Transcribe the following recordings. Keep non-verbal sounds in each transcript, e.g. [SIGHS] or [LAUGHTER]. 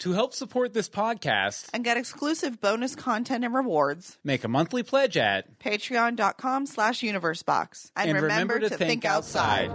To help support this podcast, and get exclusive bonus content and rewards. make a monthly pledge at Patreon.com slash universebox. And, remember, to, think, outside.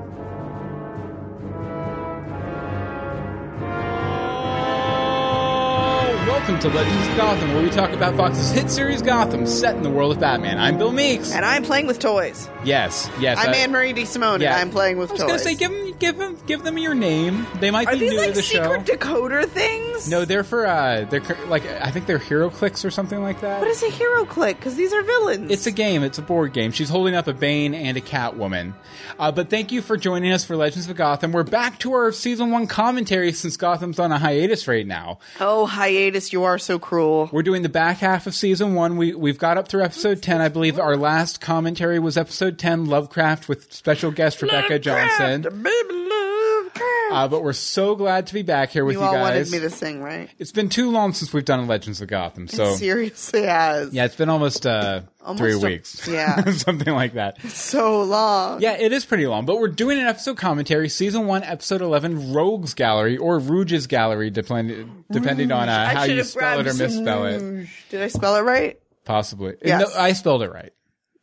Oh, Welcome to Legends of Gotham, where we talk about Fox's hit series Gotham, set in the world of Batman. I'm Bill Meeks. And I'm playing with toys. yes, yes. I'm I- Anne Marie DeSimone yeah. and I'm playing with I was toys. gonna say, give them, give them, give them your name. They might Are be these new to like the show. secret decoder things? no, they're for uh, they're cur- like I think they're hero clicks or something like that. What is a hero click? Because these are villains. It's a game. It's a board game. She's holding up a Bane and a Catwoman. Uh, but thank you for joining us for Legends of Gotham. We're back to our season one commentary since Gotham's on a hiatus right now. Oh, hiatus, you are so cruel. We're doing the back half of season one. We we've got up through episode ten, I believe. Our last commentary was episode ten, Lovecraft, with special guest Rebecca Johnson. Lovecraft, baby, Lovecraft. Uh, but we're so glad to be back here with you, you all guys. wanted me to sing, right? it's been too long since we've done a Legends of Gotham, so. Seriously, has. Yeah, it's been almost, uh, three Almost a- weeks. [LAUGHS] yeah. Something like that. So long. Yeah, it is pretty long, but we're doing an episode commentary, season one, episode eleven, Rogues Gallery or Rouge's Gallery, depend- depending on uh, I how should you have spell it grabbed or some misspell it. rouge. Did I spell it right? Possibly, Yes. no, I spelled it right.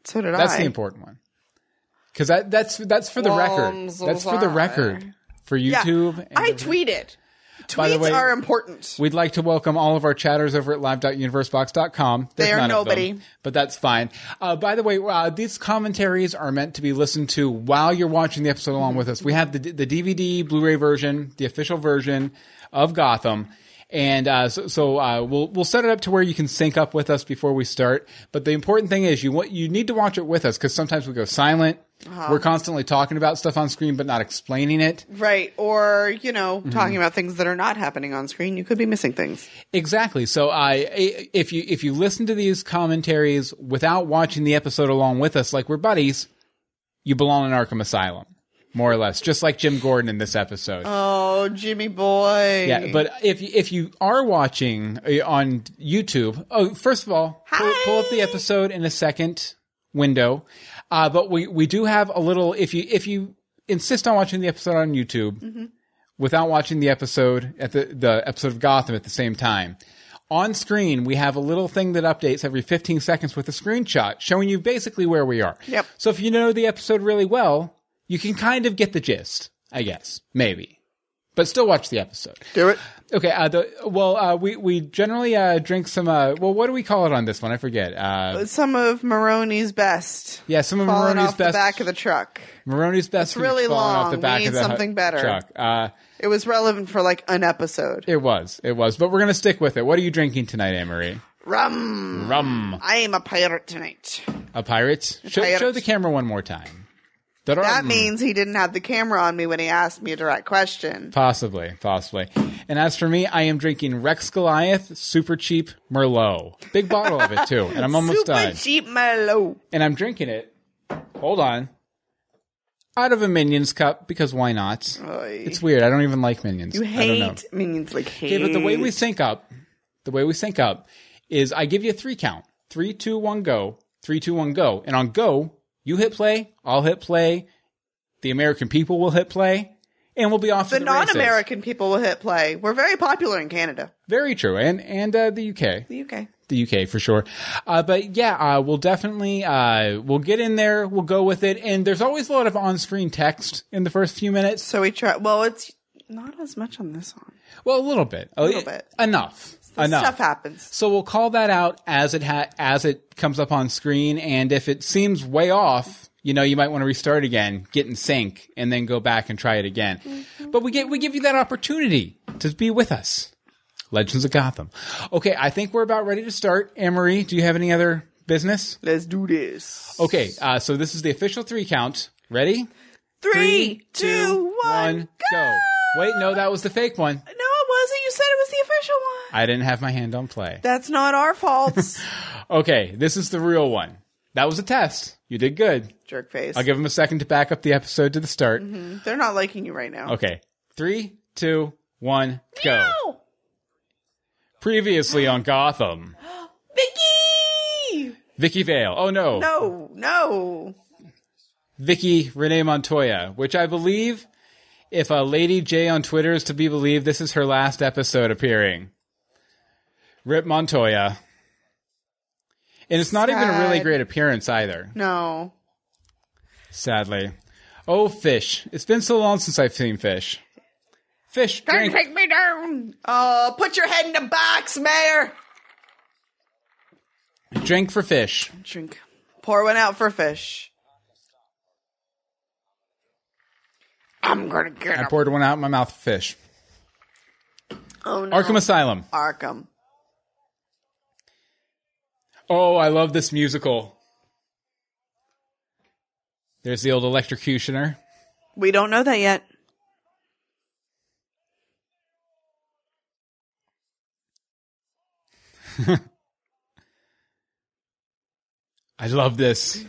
So did I. That's the important one, because that's that's for the Well, I'm record. so that's for the sorry. record for Yeah. YouTube. and I the- tweeted. By the Tweets way- are important. We'd like to welcome all of our chatters over at live.universebox.com. There's They are none of them, nobody. but that's fine. Uh, by the way, uh, these commentaries are meant to be listened to while you're watching the episode along with us. We have the, the DVD, Blu-ray version, the official version of Gotham. And uh, so, so uh, we'll we'll set it up to where you can sync up with us before we start. But the important thing is you want you need to watch it with us because sometimes we go silent. Uh-huh. We're constantly talking about stuff on screen but not explaining it. Right. Or, you know, Mm-hmm. talking about things that are not happening on screen. You could be missing things. Exactly. So I, i- if you if you listen to these commentaries without watching the episode along with us, like we're buddies, you belong in Arkham Asylum, more or less, just like Jim Gordon in this episode. Oh, Jimmy boy. yeah. But if you- if you are watching uh, on YouTube, oh, first of all, pull, pull up the episode in a second window. Uh, but we we do have a little. If you if you insist on watching the episode on YouTube without watching the episode at the, the episode of Gotham at the same time. On screen, we have a little thing that updates every 15 seconds with a screenshot showing you basically where we are. Yep. So if you know the episode really well, you can kind of get the gist, I guess. Maybe. But still watch the episode. Do it. Okay, uh, the, well, uh, we, we generally uh, drink some, uh, well, what do we call it on this one? I forget. Uh, Some of Maroney's best. yeah, some of Falling Maroney's off the best. back of the truck. Maroney's best. food really falling long. Off the We back need of the hu- something better. Truck. Uh, It was relevant for like an episode. It was. It was. But we're going to stick with it. What are you drinking tonight, Amory? Rum. Rum. I am a pirate tonight. A pirate? Show, pirate. show the camera one more time. That That means he didn't have the camera on me when he asked me a direct question. Possibly. Possibly. And as for me, I am drinking Rex Goliath Super Cheap Merlot. Big bottle of it, too. [LAUGHS] And I'm almost Super done. cheap Merlot. And I'm drinking it. Hold on. Out of a Minions cup, because why not? Oy. It's weird. I don't even like Minions. You I don't know. hate minions like hate. Okay, but the way we sync up, the way we sync up is I give you a three count. Three, two, one, go. Three, two, one, go. And on go, you hit play, I'll hit play, the American people will hit play, and we'll be off to the the races. non-American people will hit play. We're very popular in Canada, Very true. And, and, uh, the UK. the UK. The UK for sure. Uh, but yeah, uh, we'll definitely, uh, we'll get in there, we'll go with it. And there's always a lot of on screen text in the first few minutes. So we try. Well, it's not as much on this one. Well, a little bit. A little bit. Enough. This enough. stuff happens. So we'll call that out as it ha- as it comes up on screen, and if it seems way off, you know you might want to restart again, get in sync, and then go back and try it again. Mm-hmm. But we get we give you that opportunity to be with us. Legends of Gotham. Okay, I think we're about ready to start. Anne Marie, do you have any other business? Let's do this. Okay, uh, so this is the official three count. Ready? Three, two, one, go. Wait, no, that was the fake one. No, it wasn't. You said it was the official one. I didn't have my hand on play. That's not our fault. Okay, this is the real one. That was a test. You did good. Jerk face. I'll give them a second to back up the episode to the start. They're not liking you right now. Okay. Three, two, one, go. No, Previously on Gotham, Vicky. Vicky Vale. Oh no. No, no. Vicky Renee Montoya, which I believe If a Lady J on Twitter is to be believed, this is her last episode appearing. Rip Montoya. And it's not even a really Sad. great appearance either, No. sadly. Oh, fish. It's been so long since I've seen fish. Fish, Don't drink. take me down. Oh, put your head in the box, Mayor. Drink for fish. Drink. Pour one out for fish. I'm gonna get I him. poured one out in my mouth for fish. Oh no. Arkham Asylum. Arkham. Oh, I love this musical. There's the old electrocutioner. We don't know that yet. I love this.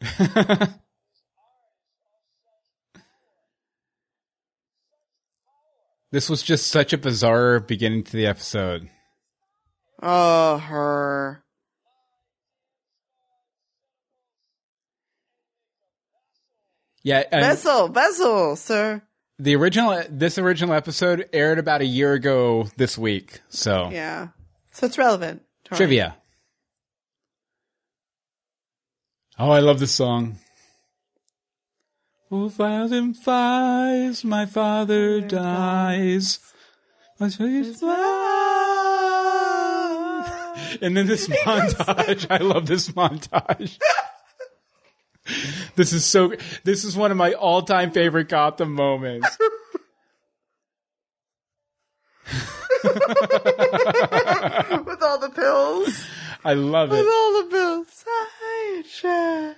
[LAUGHS] this was just such a bizarre beginning to the episode. Oh, her. Yeah, and Vessel, vessel, sir. the original this original episode aired about a year ago this week. So, Yeah. So it's relevant. Tori. trivia. Oh, I love this song. Oh, thousand flies, my father dies. My face flies. And then [LAUGHS] this montage. [LAUGHS] I love this [LAUGHS] montage. This is so, this is one of my all time favorite Gotham moments. [LAUGHS] With all the pills. I love it. With all the pills. I try.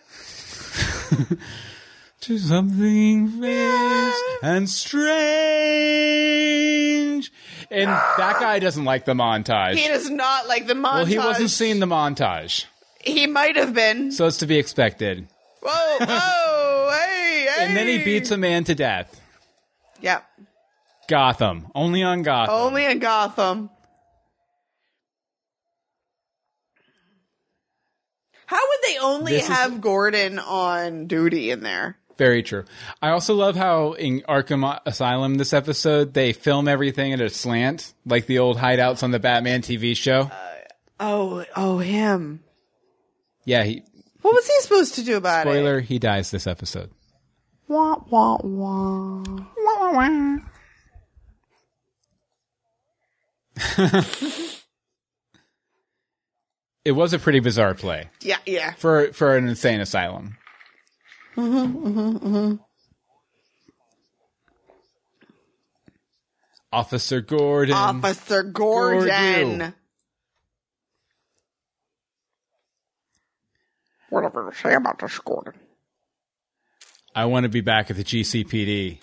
to something fierce and strange. And that guy doesn't like the montage. He does not like the montage. well, he wasn't seeing the montage, He might have been. so it's to be expected. Whoa, whoa, hey, hey. And then he beats a man to death. Yep. Gotham, only on Gotham. Only in Gotham. How would they only This is- have Gordon on duty in there? Very true. I also love how in Arkham Asylum this episode they film everything at a slant, like the old hideouts on the Batman TV show. Oh, oh, him. yeah, he, What was he supposed to do about it? spoiler, he dies this episode. Wah, wah, wah. [LAUGHS] It was a pretty bizarre play. Yeah, yeah. for for an insane asylum. Officer Gordon. Officer Gordon. Whatever to say about this, Gordon. I want to be back at the GCPD.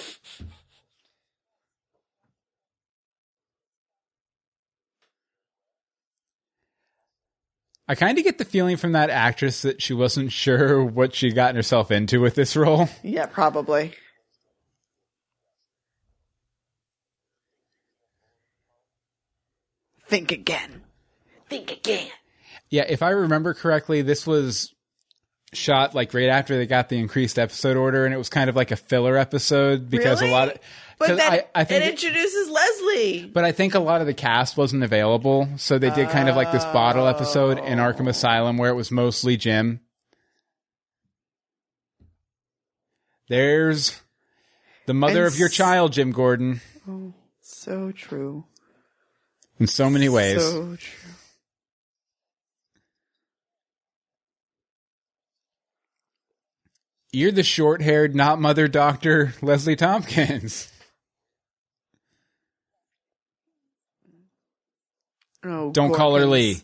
I kind of get the feeling from that actress that she wasn't [LAUGHS] sure what she'd gotten herself into with this role. Yeah, probably. Think again. Think again. Yeah, if I remember correctly, this was shot like right after they got the increased episode order, and it was kind of like a filler episode because Really? a lot of. But 'cause then I, I think, it introduces Leslie. but I think a lot of the cast wasn't available, so they did kind of like this bottle episode Oh. in Arkham Asylum where it was mostly Jim. There's the mother And of your s- child, Jim Gordon, So true. in so many ways. So true. You're the short haired, not mother doctor, [LAUGHS] Leslie Tompkins. Oh, Don't call her Gorkins. Lee.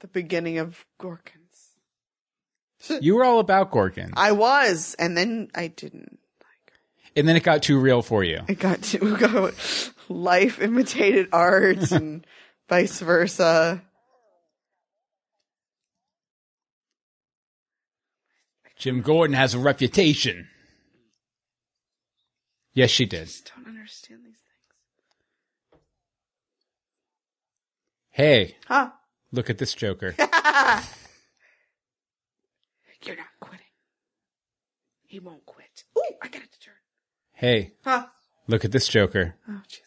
The beginning of Gorkins. You were all about Gorgon. I was, and then I didn't. and then it got too real for you. I got to [LAUGHS] go. Life imitated [LAUGHS] art, and vice versa. Jim Gordon has a reputation. Yes, she did. Don't understand these things. Hey, Huh? [LAUGHS] look at this Joker. You're not quitting. He won't quit. Ooh, I got it to turn. Hey, Huh? look at this Joker. Oh, jeez.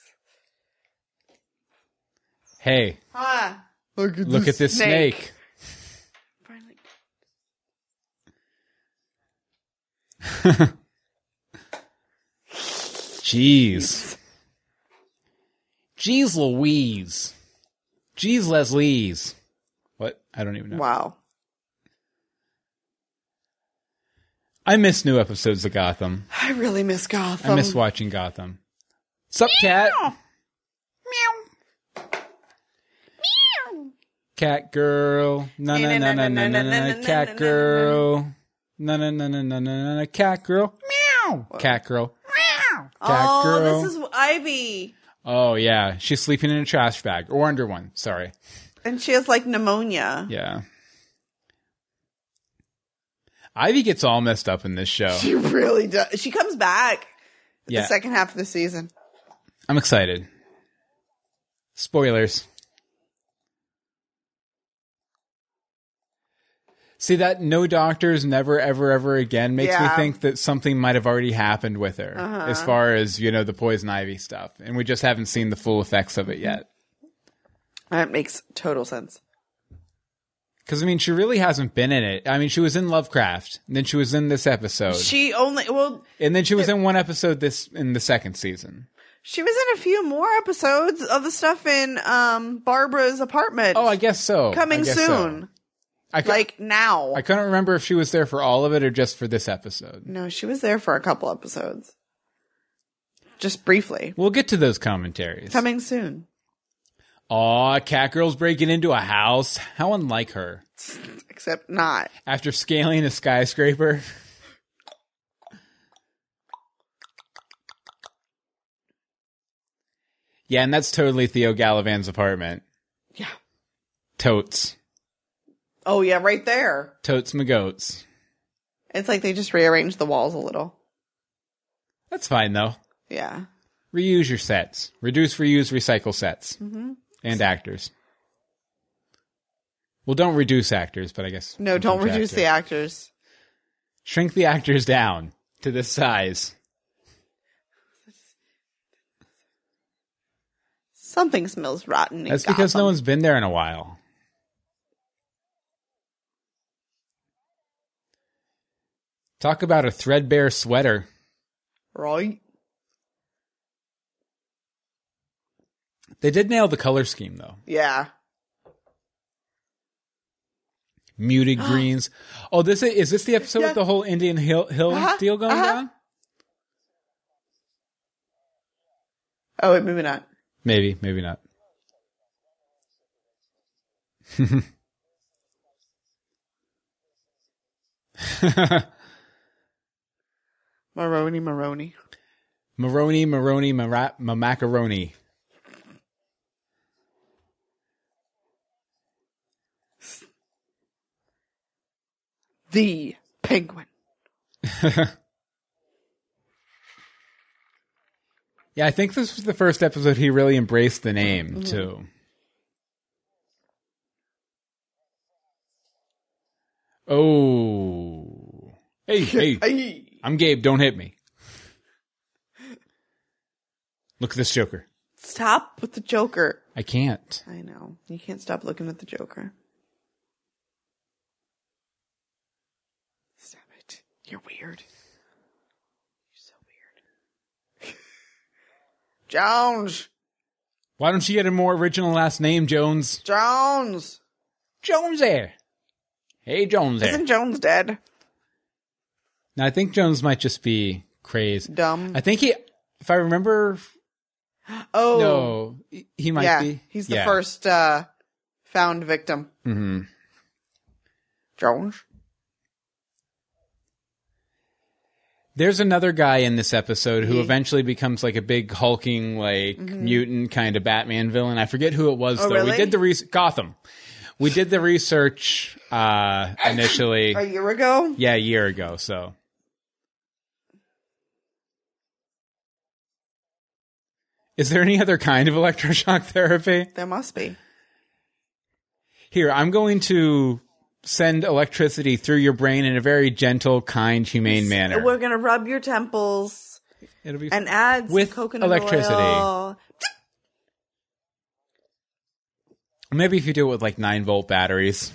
Hey, Huh? Look at look at this Snake. snake. Finally. Jeez. Jeez Louise. Jeez Leslie's. What? I don't even know. Wow. I miss new episodes of Gotham. I really miss Gotham. I miss watching Gotham. Sup, cat? Cat girl. Na na na na na na na na. Cat girl. Na na na na na na na na. Cat girl. Meow. Cat girl. Meow. Cat oh, girl. this is Ivy. Oh yeah, she's sleeping in a trash bag or under one. Sorry. And she has like pneumonia. Yeah. Ivy gets all messed up in this [LAUGHS] show. She really does. She comes back Yeah. the second half of the season. I'm excited. Spoilers. See that no doctors never ever ever again makes me Yeah. think that something might have already happened with her as far as you know the poison ivy stuff and we just haven't seen the full effects of it yet. That makes total sense. Cuz I mean she really hasn't been in it. I mean she was in Lovecraft, and then she was in this episode. She only well, and then she was in one episode this in the second season. she was in a few more episodes of the stuff in um Barbara's apartment. Oh, I guess so. I coming guess so. soon. I cou- Like now. I couldn't remember if she was there for all of it or just for this episode. no, she was there for a couple episodes. Just briefly. We'll get to those commentaries. Coming soon. [LAUGHS] Aw, Catgirl's breaking into a house. How unlike her. Except not. After scaling a skyscraper. yeah, and that's totally Theo Gallivan's apartment. Yeah. Totes. Oh yeah, right there. Totes McGoats. It's like they just rearranged the walls a little. That's fine though. Yeah. Reuse your sets. Reduce, reuse, recycle sets. Mm-hmm. And actors. Well, don't reduce actors, but I guess. No, don't sometimes reduce actors. the actors. Shrink the actors down to this size. Something smells rotten. in That's because no Gotham. one's been there in a while. Talk about a threadbare sweater. right. They did nail the color scheme, though. Yeah. [GASPS] Muted greens. Oh, this is, is this the episode Yeah. with the whole Indian Hill, Hill Uh-huh, deal going uh-huh. down? Oh, wait, maybe not. Maybe, maybe not. [LAUGHS] Maroney, Maroney. Maroney, Maroney, Mara- ma- macaroni. The penguin. Yeah, I think this was the first episode he really embraced the name too. Oh, hey, [LAUGHS] hey, Ay. I'm Gabe. Don't hit me. Look at this Joker. Stop with the Joker. I can't. I know. You can't stop looking at the Joker. Stop it. You're weird. You're so weird. [LAUGHS] Jones! Why don't you get a more original last name, Jones? Jones! Jones there. Hey, Jones there. Isn't Jones dead? Now I think Jones might just be crazed. Dumb. I think he, if I remember, oh. no, he might yeah. be. He's the Yeah. first uh, found victim. Mhm. Jones? There's another guy in this episode who eventually becomes like a big hulking, like mutant kind of Batman villain. I forget who it was Mm-hmm. Oh, though. We really? did the re- Gotham. We did the research [COUGHS] uh, initially, A year ago? yeah, a year ago. So Is there any other kind of electroshock [LAUGHS] therapy? There must be. Here, I'm going to send electricity through your brain in a very gentle, kind, humane manner. We're gonna rub your temples It'll be and add some With coconut electricity. oil. maybe if you do it with like nine volt batteries.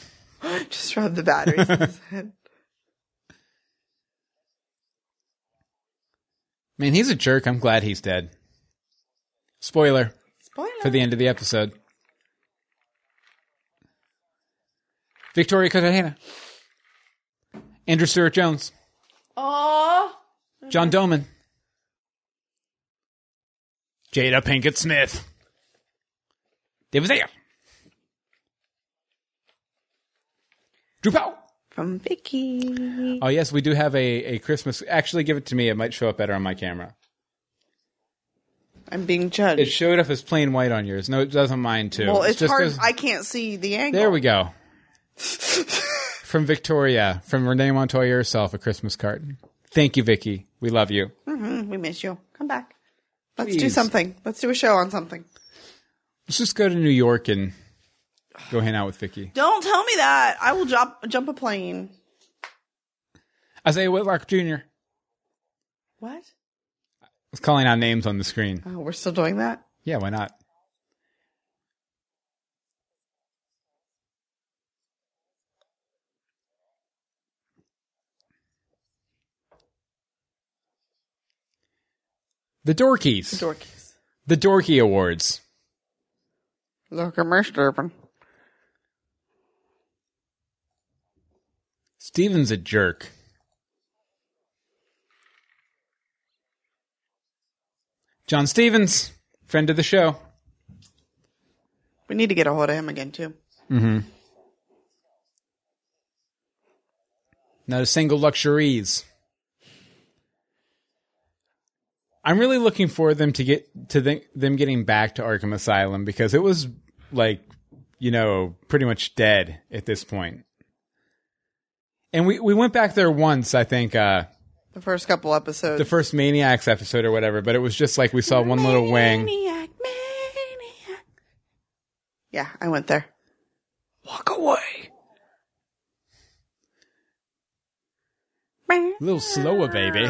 [LAUGHS] Just rub the batteries in [LAUGHS] his head. Man, he's a jerk. I'm glad he's dead. Spoiler Spoiler. for the end of the episode. Victoria Cartagena, Andrew Stewart Jones, Aw. John Doman, Jada Pinkett Smith, David Zayer, Drew Powell. From Vicky. Oh yes, we do have a, a Christmas. Actually, give it to me. It might show up better on my camera. I'm being It judged. showed up as plain white on yours. No, it doesn't mine too. well, it's, just hard. 'cause- I can't see the angle. There we [LAUGHS] go. from Victoria, from Renee Montoya herself, a Christmas card. Thank you, Vicky. We love you. Mm, we miss you. Come back. Let's do Please. something. Let's do a show on something. Let's just go to New York and go hang out with Vicky. Don't tell me that. I will jump jump a plane. Isaiah Whitlock Jr. What? was calling out names on the screen. Oh, we're still doing that. Yeah, why not? The Dorkies. Dorkies. the Dorky Awards. Look, Mersterben. Steven's a jerk. John Stevens, friend of the show. We need to get a hold of him again too. Not a single luxuries. I'm really looking for them to get to the, them getting back to Arkham Asylum because it was like, you know, pretty much dead at this point. And we, we went back there once, I think, uh, The first couple episodes. the first Maniacs episode or whatever, but it was just like we saw Uh, one little wing. Maniac, maniac. Yeah, I went there. Walk away. A little slower, baby.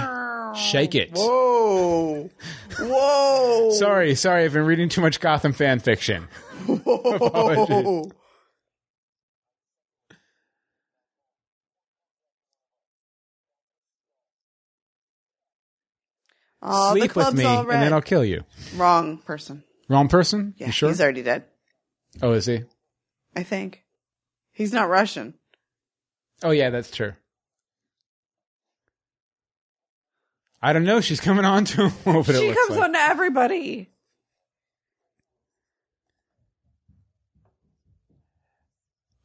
Shake it. [LAUGHS] Whoa. Whoa. Sorry, sorry, I've been reading too much Gotham fan fiction. Whoa. Aw, the Sleep with club's me, all and red. then I'll kill you. Wrong person. Wrong person? Yeah, you sure? he's already dead. oh, is he? I think he's not Russian. Oh, yeah, that's true. I don't know. She's coming on to him. [LAUGHS] what it she looks comes like. on to everybody.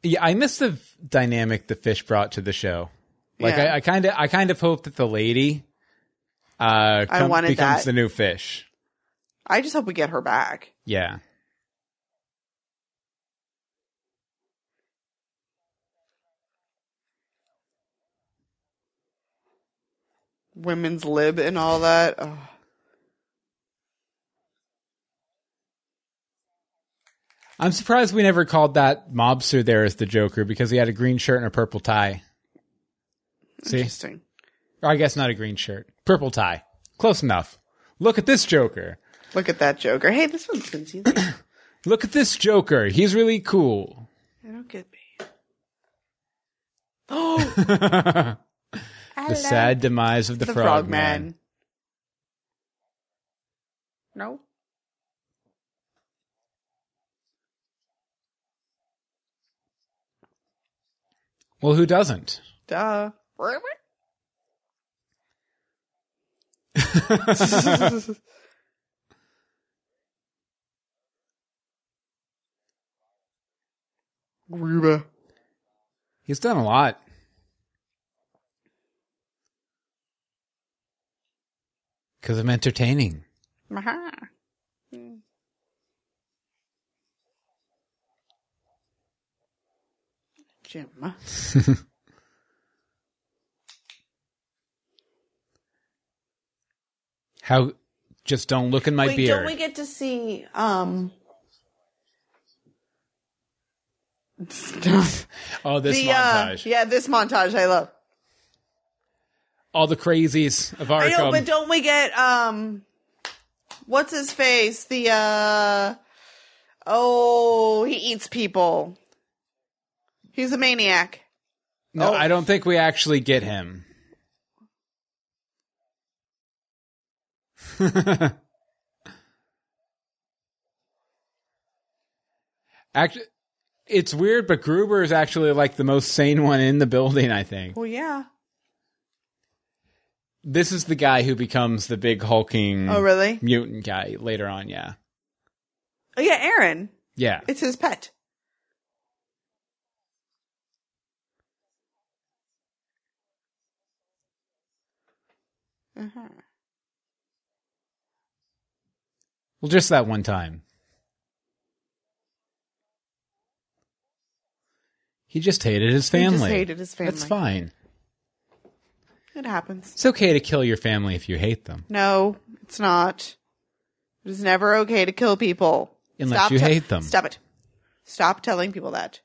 Yeah, I miss the f- dynamic the fish brought to the show. Like, Yeah. I kind of, I kind of hope that the lady, uh, I come- wanted becomes that. the new fish. I just hope we get her back. Yeah. Women's lib and all that. Oh, Ugh. I'm surprised we never called that mobster there as the Joker because he had a green shirt and a purple tie. See, Interesting. or I guess not a green shirt, purple tie. Close enough. Look at this Joker. Look at that Joker. Hey, this one's [CLEARS THROAT] been seen. I Look at this Joker. He's really cool. don't get me. Oh, the sad demise of the, the Frogman. Frogman. No. Well, who doesn't? Duh. Gruber. He's done a lot. Because I'm entertaining. Maha. Hmm. Jim. How? Just don't look in my Wait, beard. don't we get to see um [LAUGHS] Oh, this The, uh, montage. yeah, this montage I love. All the crazies of I know, Arkham. but don't we get um, what's his face? The uh, oh, he eats people. He's a maniac. no, oh. I don't think we actually get him. [LAUGHS] Act it's weird, but Gruber is actually like the most sane one in the building, I think. Well, yeah. This is the guy who becomes the big hulking Oh, really? mutant guy later on, yeah. Oh, yeah, Aaron. Yeah. It's his pet. Uh-huh. Well, just that one time. He just hated his He family. just hated his That's family. fine. It happens. It's okay to kill your family if you hate them, No, it's not. It is never okay to kill people. unless Stop you te- hate them. Stop it. Stop telling people that.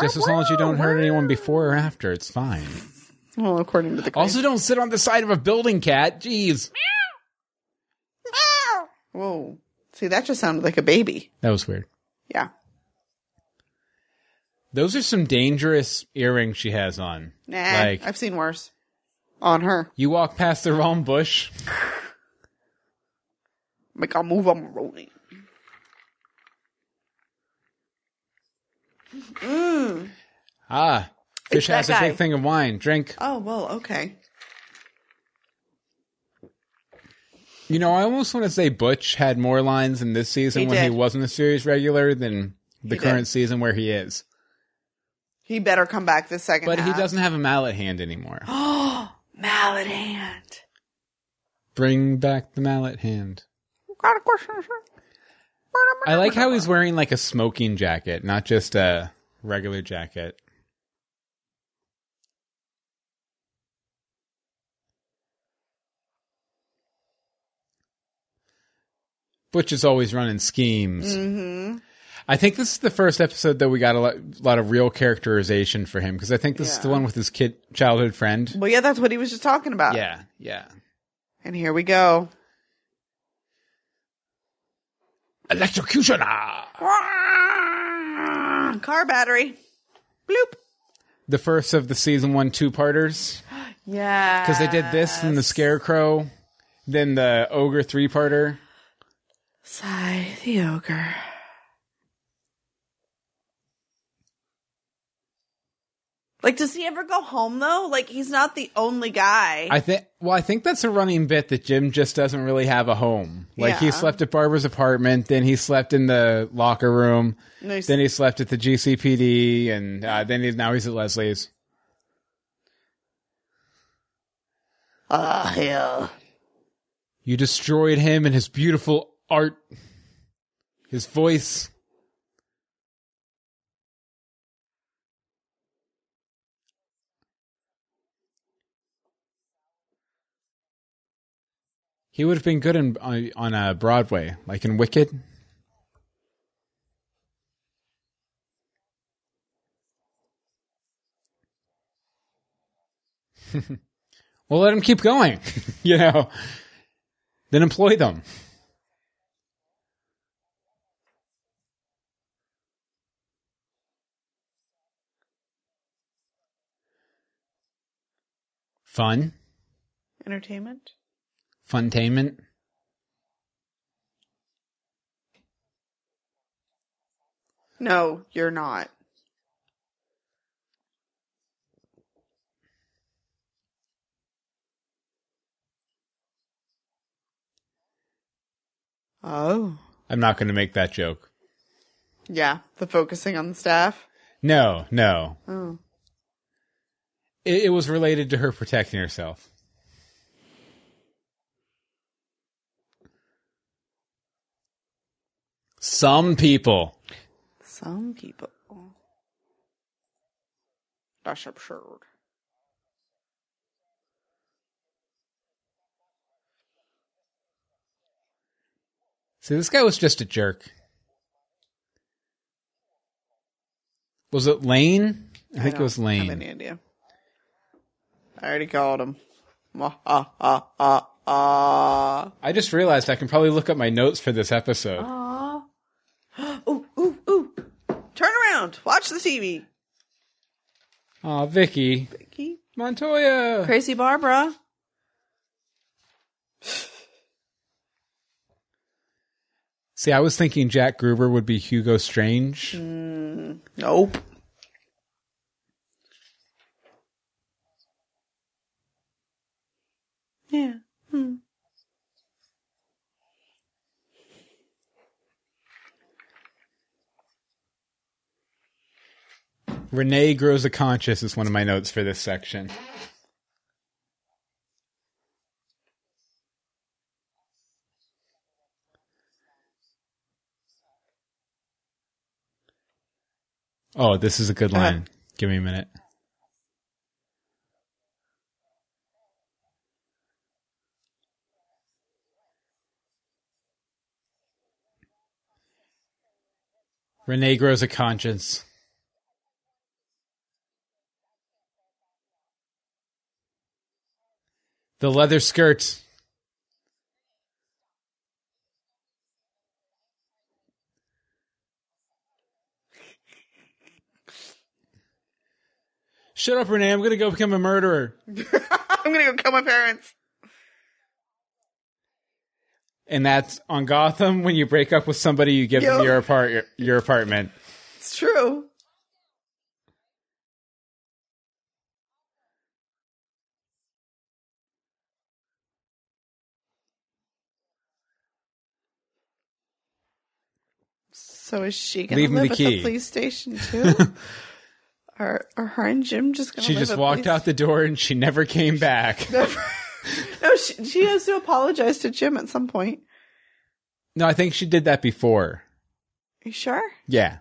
Just as long as you don't hurt anyone before or after, it's fine. Well, according to the Also, don't sit on the side of a building, cat. Jeez, Whoa. See, that just sounded like a baby. that was weird. Yeah. Those are some dangerous earrings she has on. Nah, Like- I've seen worse. On her. You walk past the wrong bush. Make a move, I'm rolling. Ah, fish that has a guy. big thing of wine. Drink. Oh, well, okay. You know, I almost want to say Butch had more lines in this season He when did. he wasn't a series regular than the He did. current season where he is. He better come back this second But he half. [GASPS] doesn't have a mallet hand anymore. Oh, mallet hand. Bring back the mallet hand. Got a question, sir? I like how he's wearing like a smoking jacket, not just a regular jacket. Butch is always running schemes. Mm-hmm. I think this is the first episode that we got a lot, lot of real characterization for him because I think this is Yeah. the one with his kid childhood friend. Well, yeah, that's what he was just talking about. yeah, yeah. And here we go. Electrocutioner. Car battery. Bloop. The first of the season one two parters Yeah. because they did this and the scarecrow, then the ogre three parter. Sigh the ogre. Like, does he ever go home though? Like, he's not the only guy. I think. Well, I think that's a running bit that Jim just doesn't really have a home. Like he Yeah. slept at Barbara's apartment, then he slept in the locker room, No, he's- then he slept at the GCPD, and uh, then he's now he's at Leslie's. Ah, yeah. You destroyed him and his beautiful art, his voice. He would have been good in, on, on uh, Broadway, like in Wicked. [LAUGHS] well, let him keep going, [LAUGHS] you know. Then employ them. Fun, Entertainment. funtainment. No, you're not. Oh. I'm not going to make that joke. Yeah, the focusing on the staff. No, no. Oh. It, it was related to her protecting herself. Some people. Some people. That's absurd. See, this guy was just a jerk. Was it Lane? I, think it don't was Have Lane. any idea? I already called him. Ah, ah, ah, ah, ah. I just realized I can probably look up my notes for this episode. Aw. [GASPS] Ooh, ooh, ooh. Turn around. Watch the TV. Aw, Vicky. Vicky. Montoya. Crazy Barbara. See, I was thinking Jack Gruber would be Hugo Strange. Nope. Yeah. Hmm. Renee grows a conscious is one of my notes for this section. Oh, this is a good ahead. line. Give me a minute. Renee grows a conscience. The leather skirt. Shut up, Renee. I'm going to go become a murderer. [LAUGHS] I'm gonna go kill my parents. And that's on Gotham. When you break up with somebody, you give them Yo. your, apart- your, your apartment. It's true. So is she gonna Leave me live the at key. the police [LAUGHS] station too? are are her and Jim just gonna? She live just at walked police- out the door and she never came back. [LAUGHS] No, she, she has to apologize to Jim at some point. No, I think she did that before. You sure? Yeah.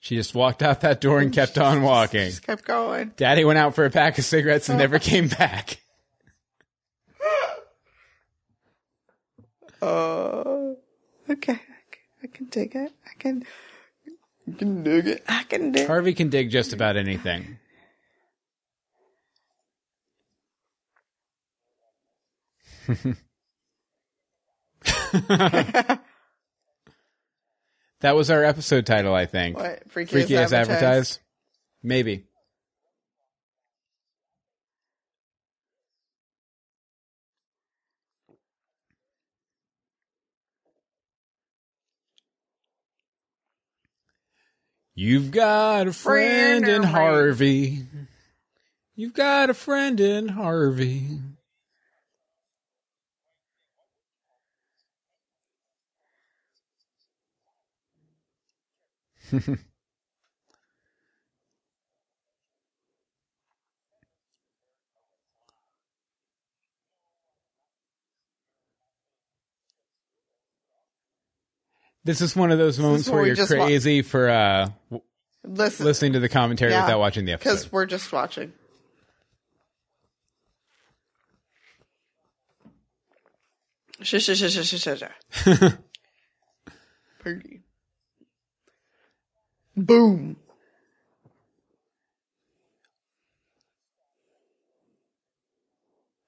She just walked out that door and kept on walking. Just kept going. Daddy went out for a pack of cigarettes and never came back. Uh, okay, I can, I can dig it. I can, I can dig it. I can dig. Harvey can dig just about anything. [LAUGHS] that was our episode title, I think. What freaky, Freaky is as advertised? advertised? Maybe. You've got a friend in Friend or Harvey. You've got a friend in Harvey. This is one of those moments what where we you're just wa- crazy for uh, w- Listen, listening to the commentary Yeah. without watching the episode. because we're just watching. Sh sh sh sh sh sh. sh. Party. Boom.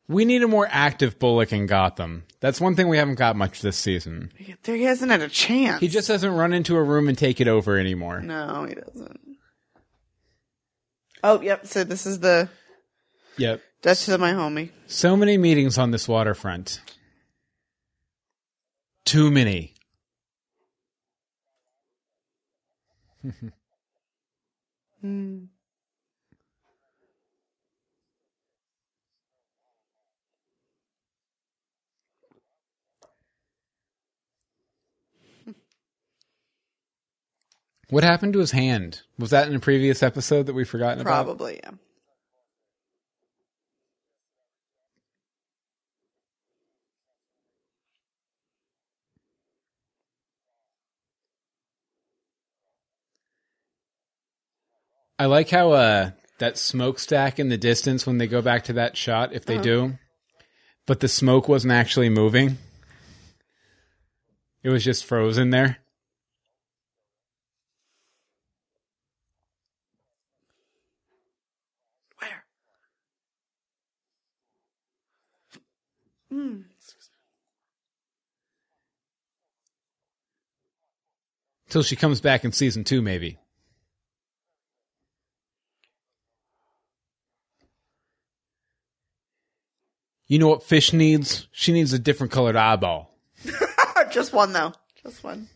We need a more active Bullock in Gotham. That's one thing we haven't got much this season. There he hasn't had a chance. He just doesn't run into a room and take it over anymore. no, he doesn't. Oh, yep. So this is the Yep. That's to my homie. So many meetings on this waterfront. Too many. [LAUGHS] Mm. What happened to his hand? Was that in a previous episode that we've forgotten about? Probably, yeah. I like how uh, that smokestack in the distance when they go back to that shot, Uh-huh. if they do, but the smoke wasn't actually moving. It was just frozen there. Where? Till she comes back in season two, maybe. You know what fish needs? She needs a different colored eyeball. [LAUGHS] Just one though. Just one.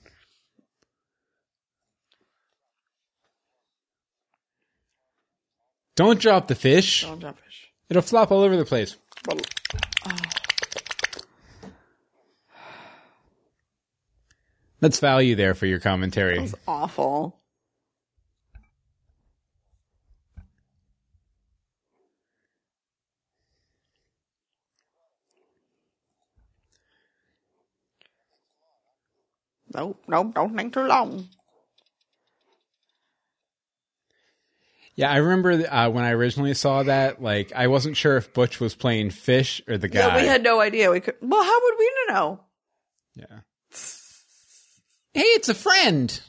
Don't drop the fish. Don't jump fish. It'll flop all over the place. That's value there for your commentary. That was awful. Nope, nope, don't think too long. Yeah, I remember uh, when I originally saw that. Like, I wasn't sure if Butch was playing fish or the guy. Yeah, we had no idea. We could. Well, how would we know? Yeah. Hey, it's a friend.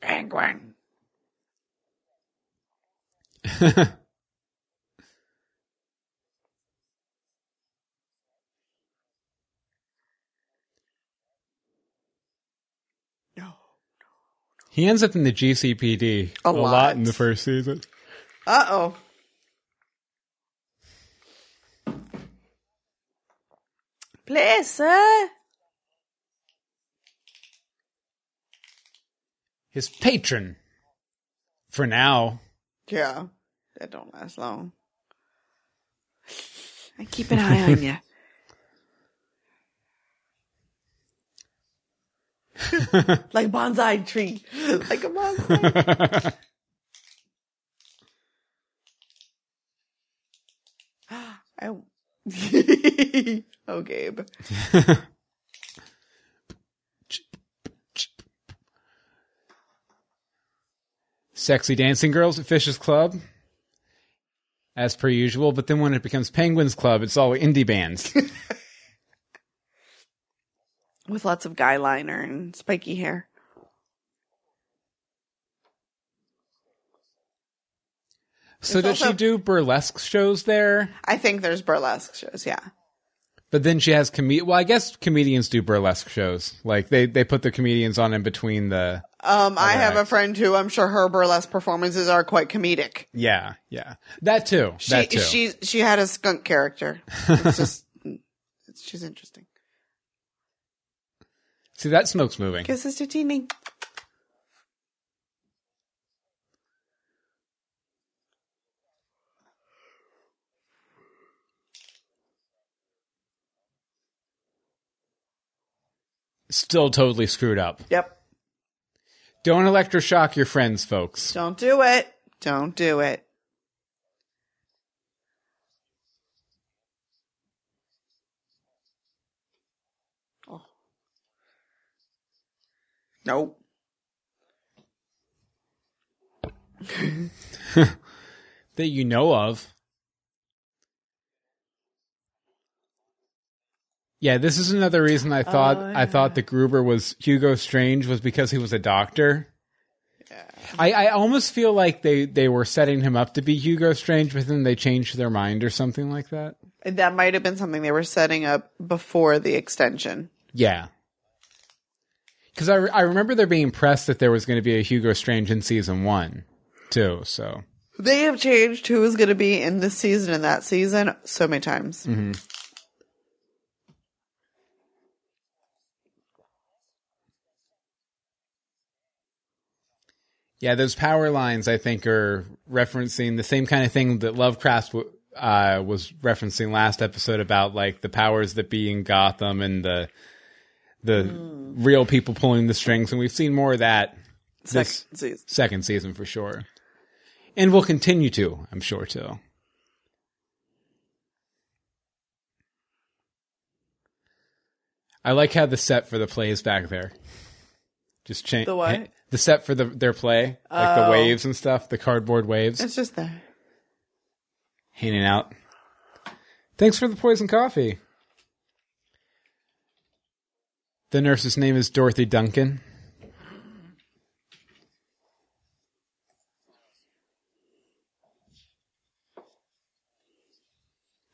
Penguin. [LAUGHS] No. He ends up in the GCPD A lot. in the first season. Uh oh. Please, sir. His patron. For now. Yeah, that don't last long. [SIGHS] I keep an eye on you. [LAUGHS] like a bonsai tree. [LAUGHS] Like a bonsai. [GASPS] I- [LAUGHS] oh, Gabe. Sexy dancing girls at Fish's Club. As per usual, but then when it becomes Penguins Club, it's all indie [LAUGHS] bands. With lots of guy liner and spiky hair. so does It's also- she do burlesque shows there? I think there's burlesque shows, yeah. But then she has com. Well, I guess comedians do burlesque shows. Like they they put the comedians on in between the. Um, I have a Alright. friend who I'm sure her burlesque performances are quite comedic. Yeah, yeah, that too. She that too. she she had a skunk character. [LAUGHS] It's just it's, she's interesting. See that smoke's moving. Kisses to Teeny. Still totally screwed up. Yep. Don't electroshock your friends, folks. Don't do it. Don't do it. Oh. Nope. That you know of. Yeah, this is another reason I thought Oh, I thought that Gruber was Hugo Strange was because he was a doctor. I, I almost feel like they, they were setting him up to be Hugo Strange, but then they changed their mind or something like that. That might have been something they were setting up before the extension. Yeah. Because I, re- I remember there being press that there was going to be a Hugo Strange in season one, too. So They have changed who is going to be in this season and that season so many times. Mm-hmm. yeah, those power lines I think are referencing the same kind of thing that Lovecraft w- uh, was referencing last episode about like the powers that be in Gotham and the the real people pulling the strings, and we've seen more of that this Second season. second season for sure, and we'll continue to, I'm sure too. I like how the set for the play is back there. Just change The what? The set for the their play, like the Oh. waves and stuff, the cardboard waves It's just there. hanging out. Thanks for the poison coffee. The nurse's name is Dorothy Duncan.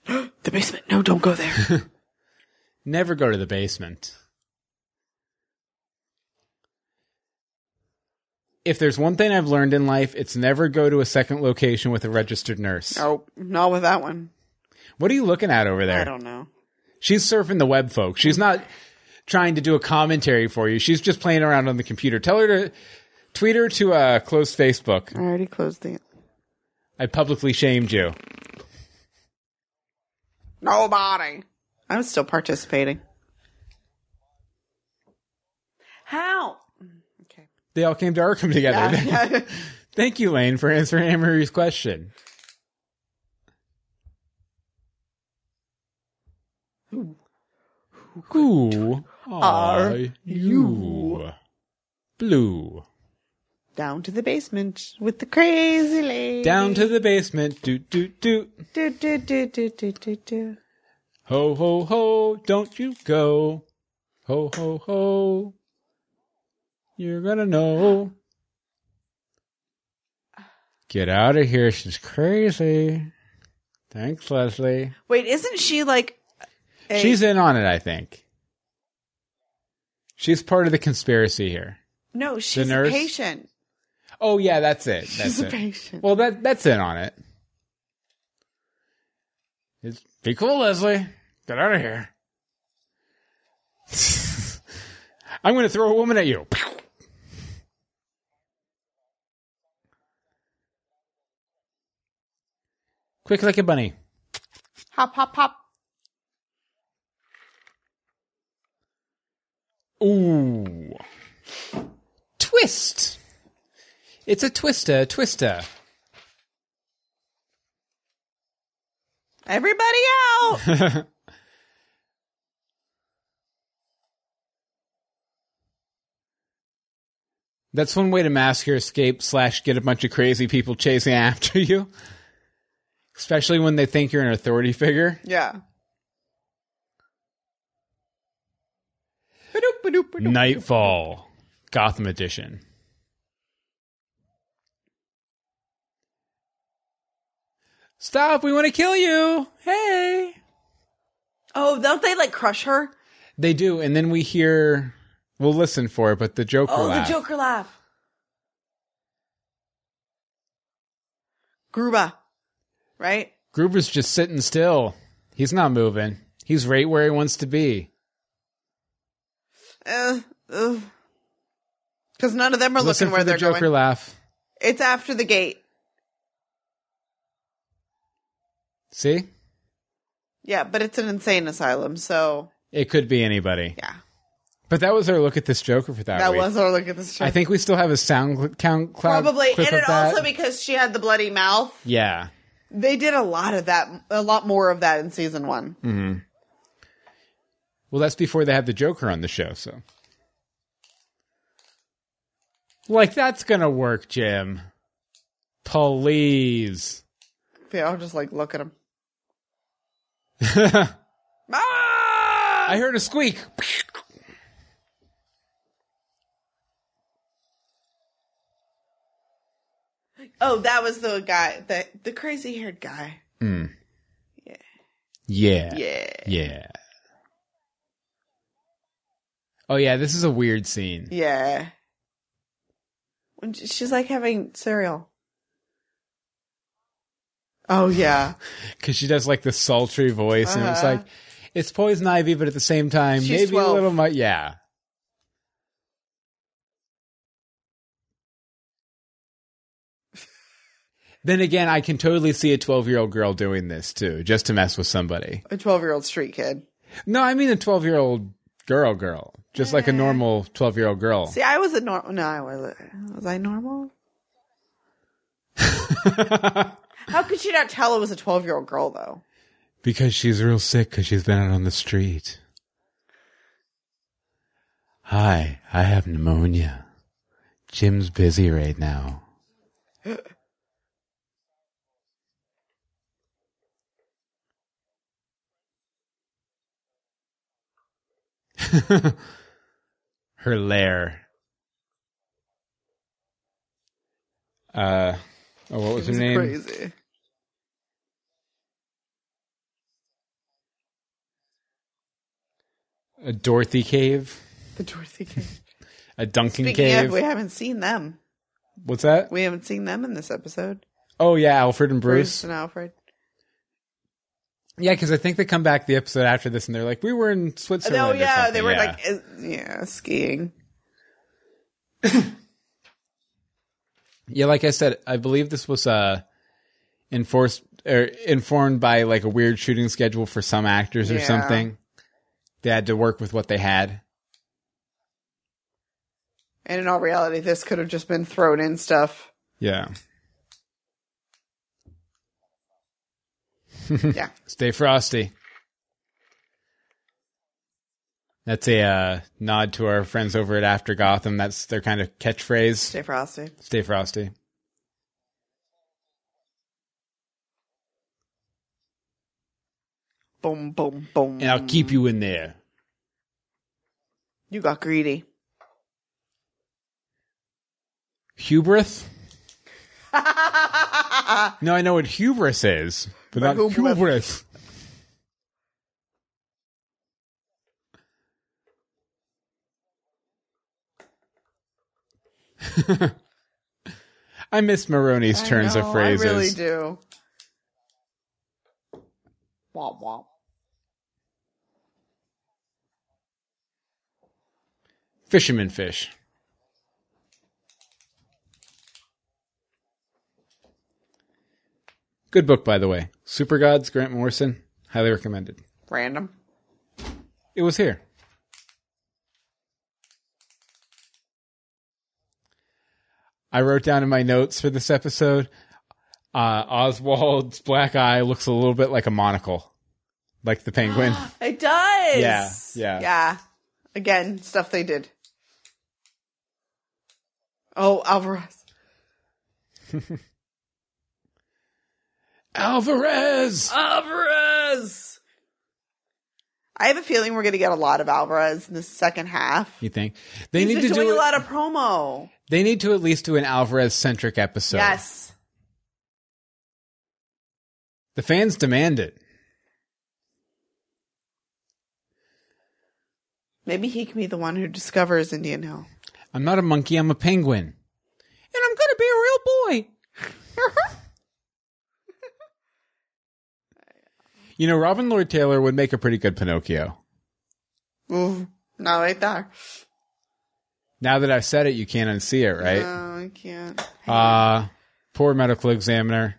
The basement. No, don't [LAUGHS] go there. Never go to the basement. If there's one thing I've learned in life, it's never go to a second location with a registered nurse. no, not with that one. What are you looking at over I there? don't know. She's surfing the web, folks. She's not trying to do a commentary for you. She's just playing around on the computer. Tell her to tweet her to uh, close Facebook. I already closed the. I publicly shamed you. Nobody. I'm still participating. How? Okay. They all came to Arkham together. Thank you, Lane, for answering Amory's question. Who are you? Blue. [LAUGHS] Down to the basement with the crazy lady. Down to the basement. Doot, doot, doot. Do, do, do, do, do, do, do. Ho, ho, ho. Don't you go. Ho, ho, ho. You're gonna know. Get out of here. She's crazy. Thanks, Leslie. Wait, isn't she like. a- She's in on it, I think. She's part of the conspiracy here. No, she's a nurse? patient. Oh yeah, that's it. That's She's a it. patient. Well, that that's in on it. It's, be cool, Leslie. Get out of here. [LAUGHS] I'm going to throw a woman at you. Pew. Quick like a bunny. Hop, hop, hop. Ooh. Twist. It's a twister, twister. Everybody out! [LAUGHS] That's one way to mask your escape slash get a bunch of crazy people chasing after you. Especially when they think you're an authority figure. yeah. Nightfall, Gotham Edition. Stop, we want to kill you. Hey. Oh, don't they like crush her? They do, and then we hear we'll listen for it, but the Joker Oh, laugh. the Joker laugh. Gruba, right? Gruber's just sitting still. He's not moving. He's right where he wants to be. Because Uh, none of them are Listen looking where for the they're Joker going. laugh. It's after the gate. See? Yeah, but it's an insane asylum, so It could be anybody. yeah, But that was our look at this Joker for that, that week. was our look at this. I think we still have a sound count cloud. probably, and clip of it also that. because she had the bloody mouth. yeah. They did a lot of that, a lot more of that in season one. Hmm. Well, that's before they have the Joker on the show, so. Like, that's gonna work, Jim. Please. [LAUGHS] They all just like look at him. I Ah! heard a squeak. [LAUGHS] Oh, that was the guy, the the crazy haired guy. Hmm. Yeah. Yeah. Yeah. Oh, yeah, this is a weird scene. Yeah. When sh- she's like having cereal. Oh yeah. because she does like the sultry voice, and it's Uh-huh. like it's poison ivy, but at the same time, She's maybe 12. a little much. Yeah. [LAUGHS] then again, I can totally see a twelve-year-old girl doing this too, just to mess with somebody. A 12 year old street kid. No, I mean a twelve-year-old girl, girl, just like a normal twelve-year-old girl. [LAUGHS] See, I was a normal. No, I was. Was I normal? How could she not tell it was a 12 year old girl though? Because she's real sick because she's been out on the street. Hi, I have pneumonia. Jim's busy right now. [LAUGHS] her lair. Uh, oh, what was It her name? Crazy. A Dorothy cave, The Dorothy Cave. a Duncan Speaking cave. of, we haven't seen them. What's that? We haven't seen them in this episode. Oh yeah, Alfred and Bruce. and Alfred. Yeah, because I think they come back the episode after this, and they're like, "We were in Switzerland." no, or Oh, yeah, something. they were Yeah. like, is- yeah, skiing. Yeah, like I said, I believe this was uh enforced or informed by like a weird shooting schedule for some actors or Yeah. something. They had to work with what they had. And in all reality, this could have just been thrown in stuff. Yeah. [LAUGHS] yeah. Stay frosty. That's a uh, nod to our friends over at After Gotham. That's their kind of catchphrase. Stay frosty. Stay frosty. Boom, boom, boom. And I'll keep you in there. You [LAUGHS] got greedy. Hubris? I No, I know what hubris is, but But not who would- hubris. [LAUGHS] I miss Maroney's turns know, of phrases. I really do. Womp womp. Fisherman fish. Good book, by the way. Super Gods, Grant Morrison. Highly recommended. [GASPS] Random. It was here. I wrote down in my notes for this episode uh, Oswald's black eye looks a little bit like a monocle, like the [GASPS] penguin. It does. Yeah, yeah. Yeah. Again, stuff they did. Oh, Alvarez. Alvarez! Alvarez. I have a feeling we're going to get a lot of Alvarez in the second half. You think? They He's need been to doing do a it- lot of promo. They need to at least do an Alvarez centric episode. Yes. The fans demand it. Maybe he can be the one who discovers Indian Hill. I'm not a monkey, I'm a penguin. And I'm gonna be a real boy. [LAUGHS] You know, Robin Lord Taylor would make a pretty good Pinocchio. Ooh, not right there. Now that I've said it, you can't unsee it, right? No, I can't. Uh, poor medical examiner.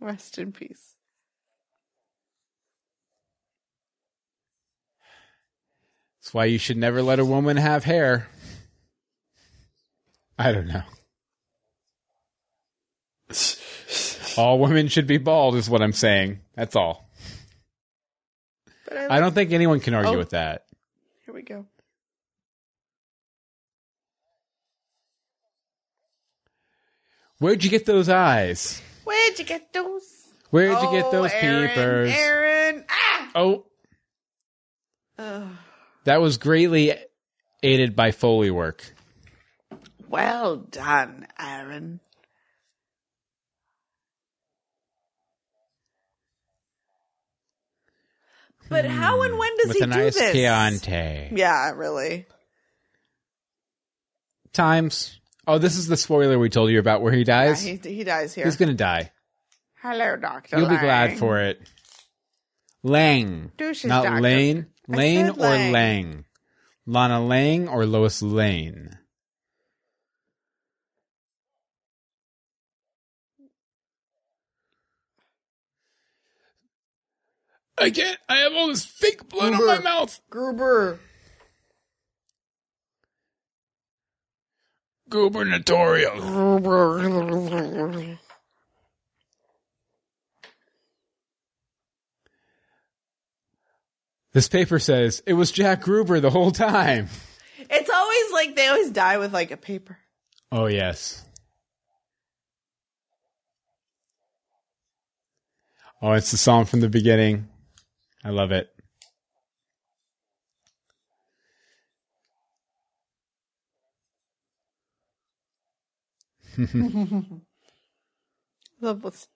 Rest in peace. That's why you should never let a woman have hair. I don't know. All women should be bald, is what I'm saying. That's all. But I, I don't think anyone can argue Oh. with that. Here we go. Where'd you get those eyes? Where'd you get those? Where'd you get Oh, those Aaron, peepers? Aaron. Ah! Oh, Ugh. that was greatly aided by Foley work. Well done, Aaron. But how and when does Hmm. with he a do nice this? Chianti. Yeah, really. Times. Oh, this is the spoiler we told you about where he dies. Yeah, he, he dies here. He's gonna die. Hello, Doctor. You'll be glad for it. Lang. Douches, not doctor. Lane. I Lane said or Lang. Lang. Lana Lang or Lois Lane. I can't. I have all this fake blood on my mouth. Gruber. Gubernatorial. Gruber. This paper says it was Jack Gruber the whole time. It's always like they always die with like a paper. Oh, yes. Oh, it's the song from the beginning. I love it. Love was-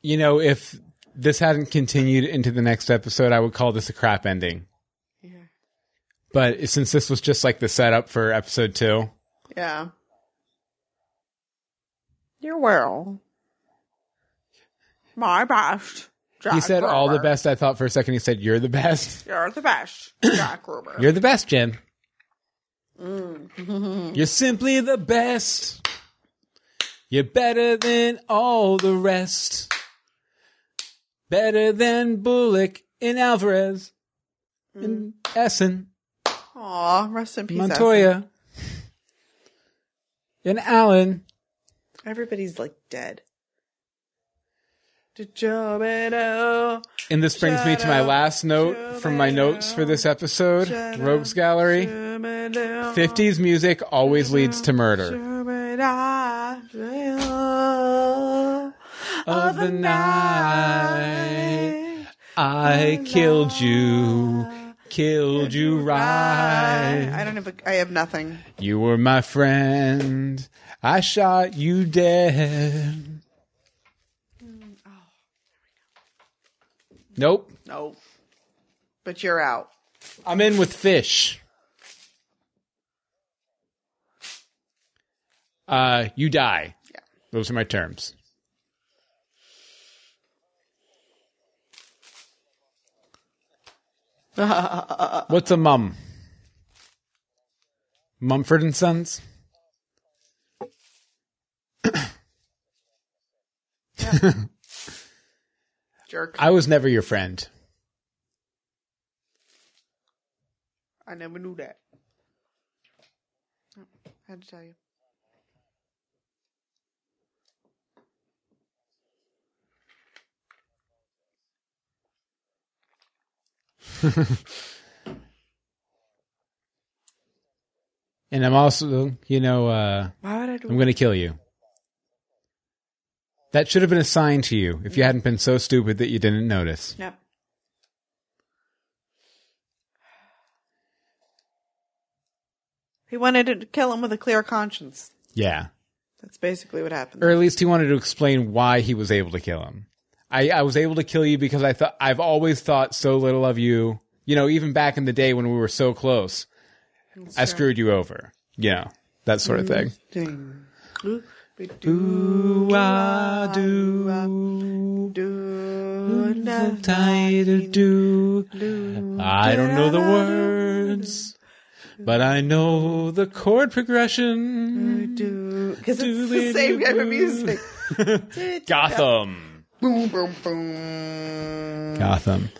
You know, if this hadn't continued into the next episode, I would call this a crap ending. Yeah. But since this was just like the setup for episode two, Yeah. You're well. My best. Jack he said all the Ruber. best. I thought for a second he said, You're the best. You're the best, Jack Ruber. You're the best, Jim. You're simply the best. You're better than all the rest. Better than Bullock and Alvarez and Essen. Aw, rest in peace. Montoya Essen. and Allen. Everybody's like dead. Jumano. And this brings me to my Shadow, last note from my notes for this episode Shadow, Rogues Gallery. Jumano. 50s music always leads to murder. Jumano. Of the night, I killed you. Killed you right. I don't have. A, I have nothing. You were my friend. I shot you dead. Mm, oh, Nope. No. But you're out. I'm in with fish. Uh, you die. Yeah. Those are my terms. What's a mum? Mumford and Sons? Jerk. I, I was never your friend. never knew that. Oh, I had to tell you. And I'm also, you know, uh, Why would I do I'm going to kill you. That should have been a sign to you if you hadn't been so stupid that you didn't notice. Yep. He wanted to kill him with a clear conscience. Yeah. That's basically what happened. Or at least he wanted to explain why he was able to kill him. I, I was able to kill you because I thought I've always thought so little of you. You know, even back in the day when we were so close, I screwed you over. You know, that sort Mm. of thing. Ding. Do I do? Do I'm tired of do. I don't know the words, but I know the chord progression. Because it's the [LAUGHS] same kind [LAUGHS] of music. Gotham. Boom, boom, boom. Gotham.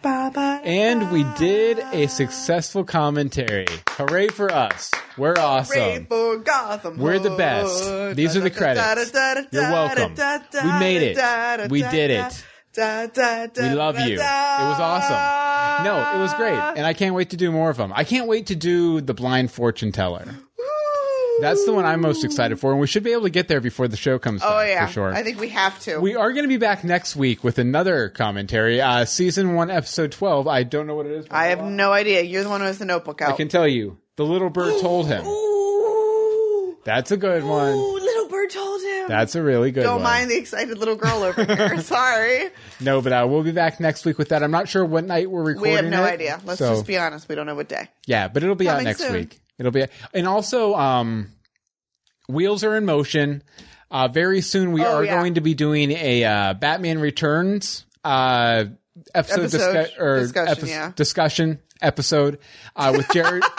Ba, ba, And we did a successful commentary. Hooray for us. We're Pray awesome. for Gotham. We're the best. These are the credits. You're welcome. We made it. We did it. We love you. It was awesome. No, it was great. And I can't wait to do more of them. I can't wait to do The Blind Fortune Teller. That's the one I'm most excited for. And we should be able to get there before the show comes Oh back, yeah, for sure. I think we have to. we are going to be back next week with another commentary. Uh, season 1, episode 12. I don't know what it is. but I have no idea. You're the one who has the notebook out. I can [LAUGHS] tell you. The little bird told him. Ooh, That's a good one. Ooh, little bird told him. That's a really good Don't one. mind the excited little girl over [LAUGHS] here. Sorry, No, but uh, we'll be back next week with that. I'm not sure what night we're we recording. have no it, idea. Let's so- just be honest. We don't know what day. yeah, but it'll be out Coming next soon. week. It'll be and also um, wheels are in motion. Uh, very soon we Oh, are yeah. going to be doing a uh, Batman Returns uh, episode, Episode discu- or discussion, epis- yeah. discussion episode uh, with Jared. [LAUGHS]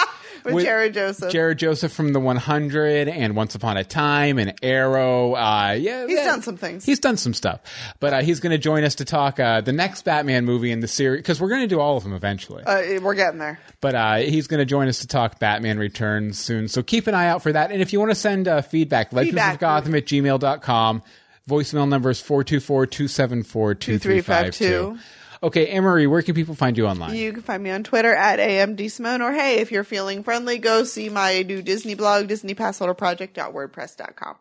With, With- Jared Joseph. Jared Joseph from the 100 and Once Upon a Time and Arrow. Uh, yeah, He's yeah. done some things. He's done some stuff, but uh, he's going to join us to talk uh, the next Batman movie in the series because we're going to do all of them eventually. uh, we're getting there. but uh, he's going to join us to talk Batman Returns soon. So keep an eye out for that. And if you want to send uh, feedback, legends of Feedback. Gotham at gmail.com. Voicemail number is 424 274 2352. Okay, Emery, where can people find you online? You can find me on Twitter at AMD Simone, or hey, if you're feeling friendly, go see my new Disney blog, DisneyPassholderProject.wordpress.com.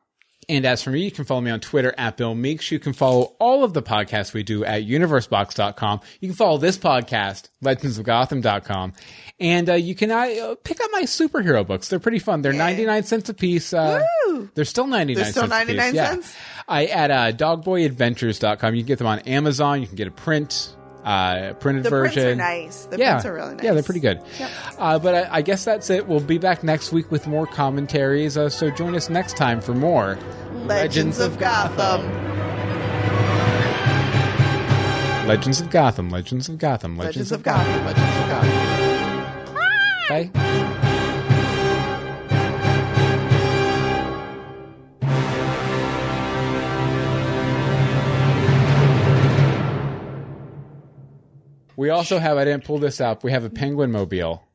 And as for me, you can follow me on Twitter at Bill Meeks. You can follow all of the podcasts we do at universebox.com. You can follow this podcast, legendsofgotham.com. And uh, you can uh, pick up my superhero books. They're pretty fun. They're 99 cents a piece. Uh, Woo! they're still 99 They're still cents. a piece, 99 yeah. cents? I at uh, dogboyadventures.com. You can get them on Amazon. You can get a print, uh, printed The version. prints are nice. The yeah. prints are really nice. Yeah, they're pretty good. Uh, but I, I guess that's it. We'll be back next week with more commentaries. Uh, so join us next time for more Legends of Gotham. Legends of Gotham. Legends of Gotham. Legends of Gotham. Legends of Gotham. Bye. We also have, I didn't pull this up, we have a penguin mobile.